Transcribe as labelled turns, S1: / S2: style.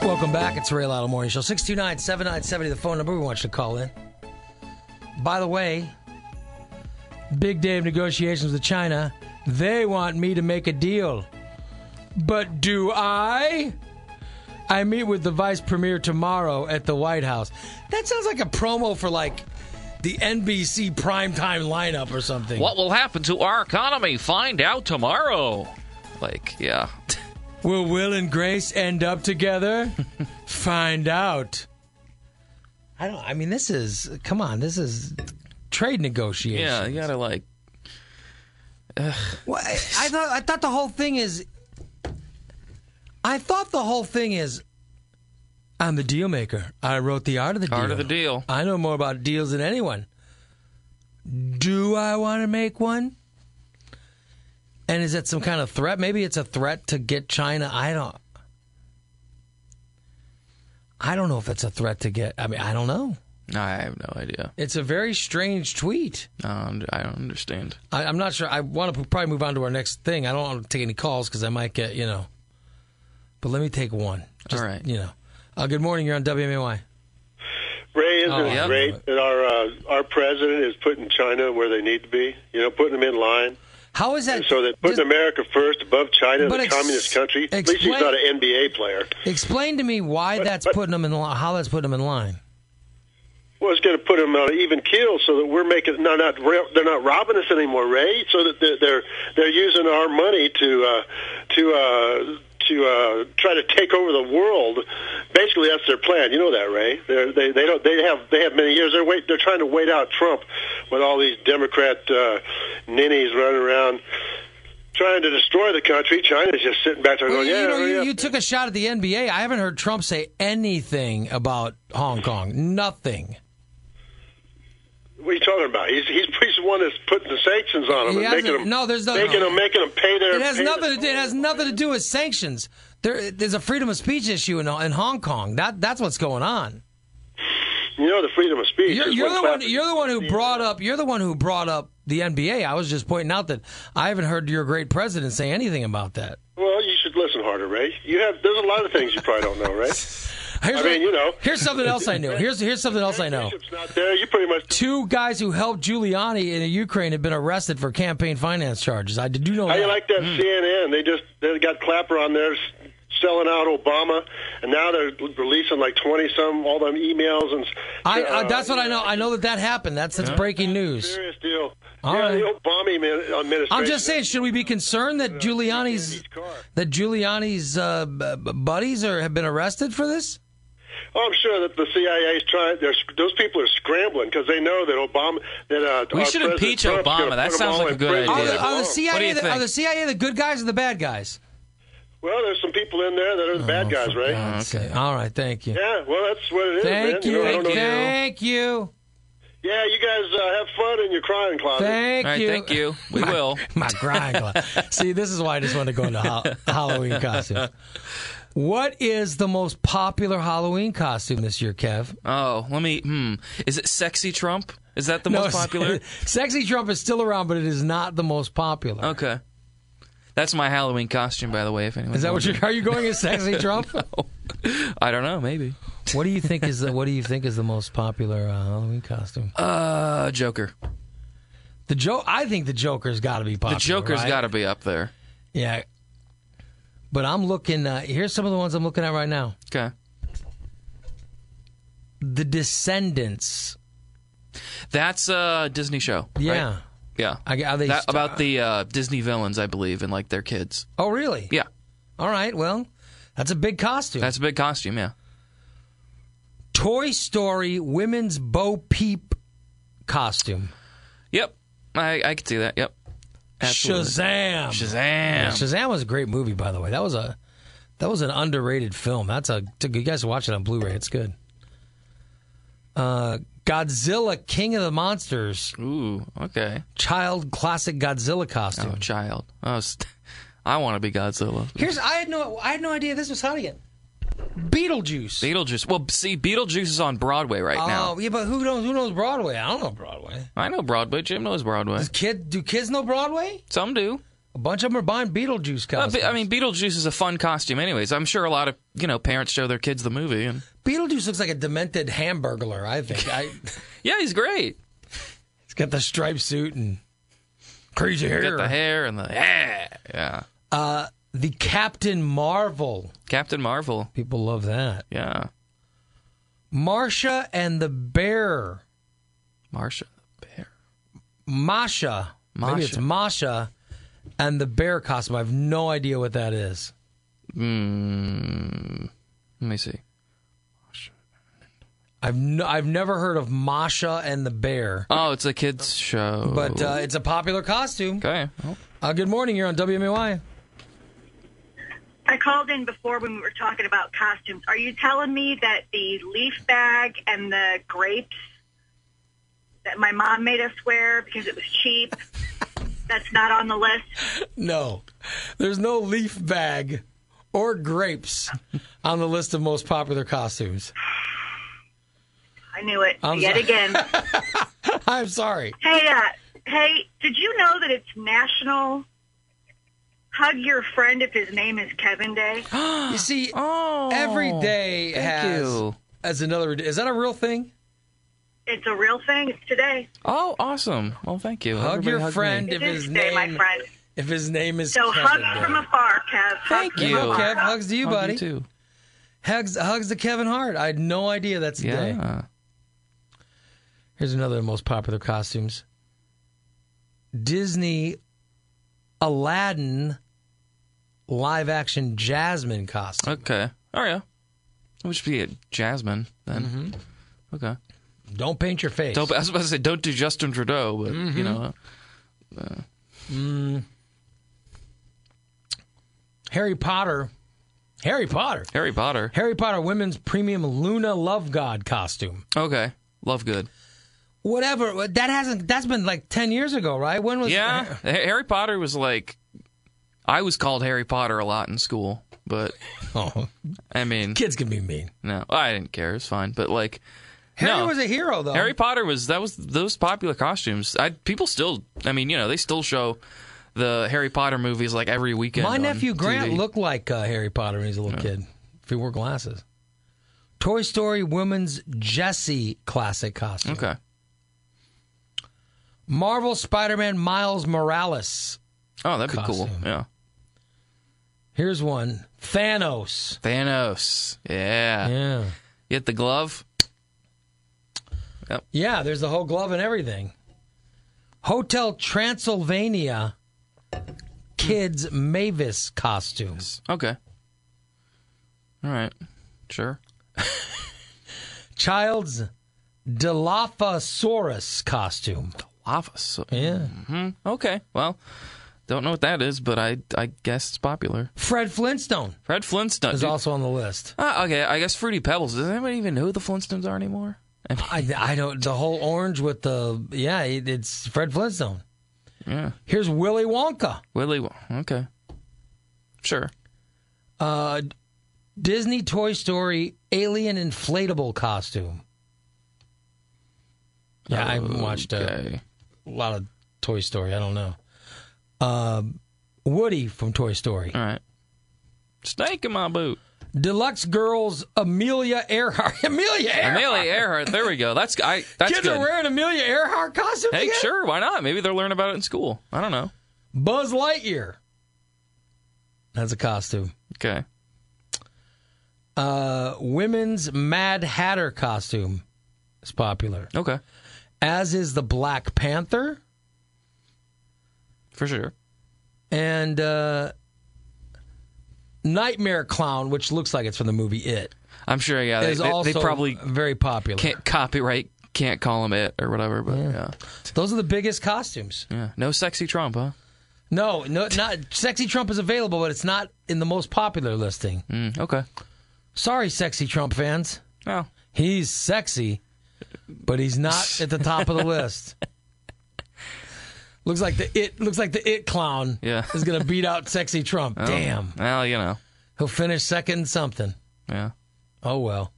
S1: Welcome back. It's the Ray Lotto Morning Show. 629 7970, the phone number we want you to call in. By the way, big day of negotiations with China. They want me to make a deal. But do I? I meet with the vice premier tomorrow at the White House. That sounds like a promo for like the NBC primetime lineup or something.
S2: What will happen to our economy? Find out tomorrow. Like, yeah.
S1: Will Will and Grace end up together? Find out. I don't. I mean, this is. Come on, this is trade negotiation.
S2: Yeah, you gotta, like,
S1: Well, I, I thought. I thought the whole thing is. I thought the whole thing is. I'm the deal maker. I wrote the art of the deal.
S2: Art of the Deal.
S1: I know more about deals than anyone. Do I want to make one? And is that some kind of threat? Maybe it's a threat to get China. I don't. I don't know if it's a threat to get. I mean, I don't know.
S2: I have no idea.
S1: It's a very strange tweet.
S2: Um, I don't understand.
S1: I, I'm not sure. I want to probably move on to our next thing. I don't want to take any calls because I might get you know. But let me take one. Just,
S2: All right.
S1: You know. Uh, good morning. You're on WMAY.
S3: Ray, isn't
S1: Oh,
S3: it
S2: yeah.
S3: great that our uh, our president is putting China where they need to be? You know, putting them in line,
S1: How is that?
S3: so that putting
S1: does-
S3: America first above China,
S1: But
S3: the
S1: ex-
S3: communist country. At least he's
S1: explain-
S3: not an NBA player.
S1: Explain to me why that's putting them in line. How that's putting them in line.
S3: Well, it's going to put them on an even keel, so that we're making no, not they're not robbing us anymore, Ray. So that they're they're, they're using our money to uh, to uh, to uh, try to take over the world. Basically, that's their plan. You know that, Ray. They're, they they don't they have they have many years. They're wait they're trying to wait out Trump with all these Democrat uh, ninnies running around trying to destroy the country. China's just sitting back there
S1: Well,
S3: going,
S1: you,
S3: yeah,
S1: know,
S3: hurry
S1: you,
S3: up."
S1: you took a shot at the NBA. I haven't heard Trump say anything about Hong Kong. Nothing.
S3: What are you talking about? He's he's, he's the one that's putting the sanctions on them
S1: He
S3: and making
S1: hasn't-
S3: them
S1: no, there's no-
S3: making them making them pay their.
S1: It has
S3: pay their-
S1: nothing. To, do- it has nothing to do with sanctions. There, there's a freedom of speech issue in, in Hong Kong. That that's what's going on.
S3: You know the freedom of speech.
S1: You're,
S3: is
S1: you're
S3: what
S1: the one.
S3: Clapper-
S1: You're the one who brought up. You're the one who brought up the NBA. I was just pointing out that I haven't heard your great president say anything about that.
S3: Well, you should listen harder, Ray. You have there's a lot of things you probably don't know, Ray.
S1: Here's
S3: I mean, you know.
S1: Here's something else I knew. Here's here's something else I know.
S3: Bishop's not there. You pretty much.
S1: Two guys who helped Giuliani in Ukraine have been arrested for campaign finance charges. I did do know
S3: How
S1: that.
S3: you like that
S1: Hmm.
S3: CNN? They just they got Clapper on there s- selling out Obama, and now they're releasing like twenty some all them emails and. s-
S1: I,
S3: uh,
S1: uh, that's what I know. I know that that happened. That's that's breaking news.
S3: Serious deal.
S1: All
S3: yeah,
S1: right.
S3: the Obama admin- administration.
S1: I'm just saying, should we be concerned that Giuliani's
S3: Each car.
S1: that Giuliani's uh, b- b- buddies are have been arrested for this?
S3: Oh, I'm sure that the CIA's trying. They're, those people are scrambling because they know that Obama. That uh,
S2: We
S3: our
S2: should
S3: President
S2: impeach
S3: Trump's gonna
S2: Obama. That
S3: put them
S2: sounds
S3: all
S2: like a
S3: in
S2: good
S3: prison.
S1: Are
S2: idea.
S1: the, are the
S2: What do
S1: CIA
S2: you
S1: the, are
S2: think?
S1: the CIA the good guys or the bad guys?
S3: Well, there's some people in there that are the
S2: Oh,
S3: bad guys, right?
S1: Okay. All right. Thank you.
S3: Yeah, well, that's what it is, man.
S1: Thank you.
S3: know, I don't know-
S1: Thank you.
S3: Yeah, you guys uh, have fun in your crying closet.
S1: Thank
S2: All right,
S1: you.
S2: thank you. We will.
S1: My grind. glass. See, this is why I just wanted to go into ho- Halloween costumes. What is the most popular Halloween costume this year, Kev?
S2: Oh, let me. Hmm. Is it sexy Trump? Is that the most
S1: No,
S2: popular?
S1: Sexy Trump is still around, but it is not the most popular.
S2: Okay. That's my Halloween costume, by the way. If anyone
S1: Is that what you are you going as sexy Trump?
S2: I don't know. Maybe.
S1: What do you think is the What do you think is the most popular uh, Halloween costume?
S2: Uh, Joker.
S1: the Joe, I think the Joker's got to be
S2: The
S1: popular.
S2: Joker's
S1: right?
S2: got to be up there.
S1: yeah. But I'm looking. Uh, here's some of the ones I'm looking at right now.
S2: Okay.
S1: The Descendants.
S2: That's a Disney show. right?
S1: Yeah.
S2: Yeah.
S1: I, are they
S2: That,
S1: st-
S2: about the uh, Disney villains, I believe, and like their kids.
S1: Oh, really?
S2: Yeah.
S1: All right. Well, that's a big costume.
S2: That's a big costume. Yeah.
S1: Toy Story women's Bo Peep costume.
S2: Yep. I I could see that. Yep. Absolutely.
S1: Shazam.
S2: Shazam.
S1: Shazam was a great movie, by the way. That was a that was an underrated film. That's a it's a- you guys watch it on Blu-ray. It's good. Uh, Godzilla, King of the Monsters,
S2: Ooh. Okay.
S1: child classic Godzilla
S2: Oh,
S1: costume.
S2: child. Oh, st- I want to be Godzilla.
S1: Here's I had no I had no idea this was hot again. Beetlejuice.
S2: Beetlejuice. Well, see, Beetlejuice is on Broadway right now.
S1: Oh yeah, but who knows who knows Broadway? I don't know Broadway.
S2: I know Broadway. Jim knows Broadway.
S1: Kid, do kids know Broadway?
S2: Some do.
S1: A bunch of them are buying Beetlejuice
S2: Uh,
S1: costumes.
S2: Be- I mean, Beetlejuice is a fun costume, anyways. I'm sure a lot of you know parents show their kids the movie, and
S1: Beetlejuice looks like a demented hamburglar. I think. I,
S2: yeah, he's great.
S1: he's got the striped suit and crazy
S2: Got
S1: hair.
S2: the hair and the yeah, yeah.
S1: the Captain Marvel.
S2: Captain Marvel,
S1: People love that.
S2: yeah.
S1: Marsha and the Bear.
S2: Marsha the bear.
S1: Masha. Maybe it's
S2: Masha.
S1: Masha and the bear costume. I have no idea what that is.
S2: Mm, let me see.
S1: I've no, I've never heard of Masha and the bear,
S2: Oh, it's a kids show.
S1: but uh, it's a popular costume.
S2: okay, well,
S1: Uh, good morning, you're on WMY.
S4: I called in before when we were talking about costumes. Are you telling me that the leaf bag and the grapes that my mom made us wear because it was cheap, that's not on the list?
S1: No, there's no leaf bag or grapes on the list of most popular costumes.
S4: I knew it
S1: I'm
S4: yet
S1: sorry.
S4: again.
S1: I'm sorry.
S4: hey, uh, hey, did you know that it's National Hug Your Friend if his name is Kevin Day?
S1: You see,
S2: Oh,
S1: every day has
S2: you.
S1: as another. Is that a real thing?
S4: It's a real thing. It's today.
S2: Oh, awesome. Well, thank you.
S1: Hug
S2: Everybody
S1: your
S2: me.
S1: friend
S4: It
S1: if
S4: is
S1: his
S4: today, my
S1: name
S4: friend.
S1: if his name is
S4: So
S1: Kevin
S4: hugs
S1: Day.
S4: from afar, Kev. Hugs
S2: Thank
S4: from
S2: you.
S1: Hello,
S4: afar.
S1: Kev. Hugs to you,
S2: Hug
S1: buddy.
S2: too.
S1: Hugs, hugs to Kevin Hart. I had no idea that's the day.
S2: Yeah.
S1: Here's another of the most popular costumes Disney Aladdin live action Jasmine costume.
S2: Okay. Oh yeah. It should be a Jasmine then.
S1: Mm-hmm.
S2: Okay.
S1: Don't paint your face.
S2: Don't, I was about to say don't do Justin Trudeau, but
S1: Mm-hmm.
S2: you know.
S1: Harry Potter. Harry Potter.
S2: Harry Potter.
S1: Harry Potter women's premium Luna Love God costume.
S2: Okay. Love good.
S1: Whatever. That hasn't, that's been like 10 years ago, right? When was
S2: Yeah. Ha- Harry Potter was like I was called Harry Potter a lot in school, but
S1: Oh,
S2: I mean,
S1: kids can be mean.
S2: no, I didn't care. It's fine, but like
S1: Harry
S2: no.
S1: was a hero, though.
S2: Harry Potter was that was those popular costumes. I people still I mean, you know, they still show the Harry Potter movies like every weekend.
S1: My
S2: on
S1: nephew Grant
S2: TV.
S1: looked like uh, Harry Potter when he was a little kid. If he wore glasses. Toy Story women's Jessie classic costume.
S2: Okay.
S1: Marvel Spider-Man Miles Morales.
S2: Oh, that'd be
S1: Costume.
S2: cool. Yeah.
S1: Here's one. Thanos.
S2: Thanos. Yeah.
S1: Yeah.
S2: You get the glove.
S1: Yeah, there's the whole glove and everything. Hotel Transylvania kids Mavis costumes.
S2: Okay. All right. Sure.
S1: Child's Dilophosaurus costume.
S2: Lava. So-
S1: Yeah.
S2: okay. Well, don't know what that is, but I I guess it's popular.
S1: Fred Flintstone
S2: Fred Flintstone.
S1: is
S2: dude.
S1: also on the list.
S2: Ah, okay. I guess Fruity Pebbles. Does anybody even know who the Flintstones are anymore? I mean,
S1: I, I don't. The whole orange with the yeah, it, it's Fred Flintstone.
S2: yeah.
S1: Here's Willy Wonka.
S2: Willy. Won- Okay. Sure.
S1: Uh, Disney Toy Story alien inflatable costume. Yeah, I haven't watched uh, a
S2: Okay.
S1: lot of Toy Story. I don't know. Um Woody from Toy Story.
S2: All right. Snake in my boot.
S1: Deluxe Girls Amelia Earhart. Amelia Earhart.
S2: Amelia Earhart. There we go. That's I. That's
S1: Kids are
S2: good.
S1: wearing Amelia Earhart costumes.
S2: Hey,
S1: again?
S2: sure. Why not? Maybe they'll learn about it in school. I don't know.
S1: Buzz Lightyear. That's a costume.
S2: Okay.
S1: uh, women's Mad Hatter costume is popular,
S2: Okay.
S1: as is the Black Panther
S2: For sure.
S1: and uh, Nightmare Clown, which looks like it's from the movie It,
S2: I'm sure. Yeah, they,
S1: is
S2: they,
S1: also
S2: they probably
S1: very popular.
S2: can't copyright, can't call them it or whatever. But yeah, yeah,
S1: Those are the biggest costumes.
S2: no sexy Trump, huh?
S1: No, no, not Sexy Trump is available, but it's not in the most popular listing.
S2: Mm, okay.
S1: Sorry, Sexy Trump fans.
S2: No.
S1: He's sexy, but he's not at the top of the list. Looks like the it looks like the it clown
S2: Yeah.
S1: is gonna beat out sexy Trump. Damn,
S2: Well, you know.
S1: he'll finish second in something.
S2: Yeah.
S1: Oh well.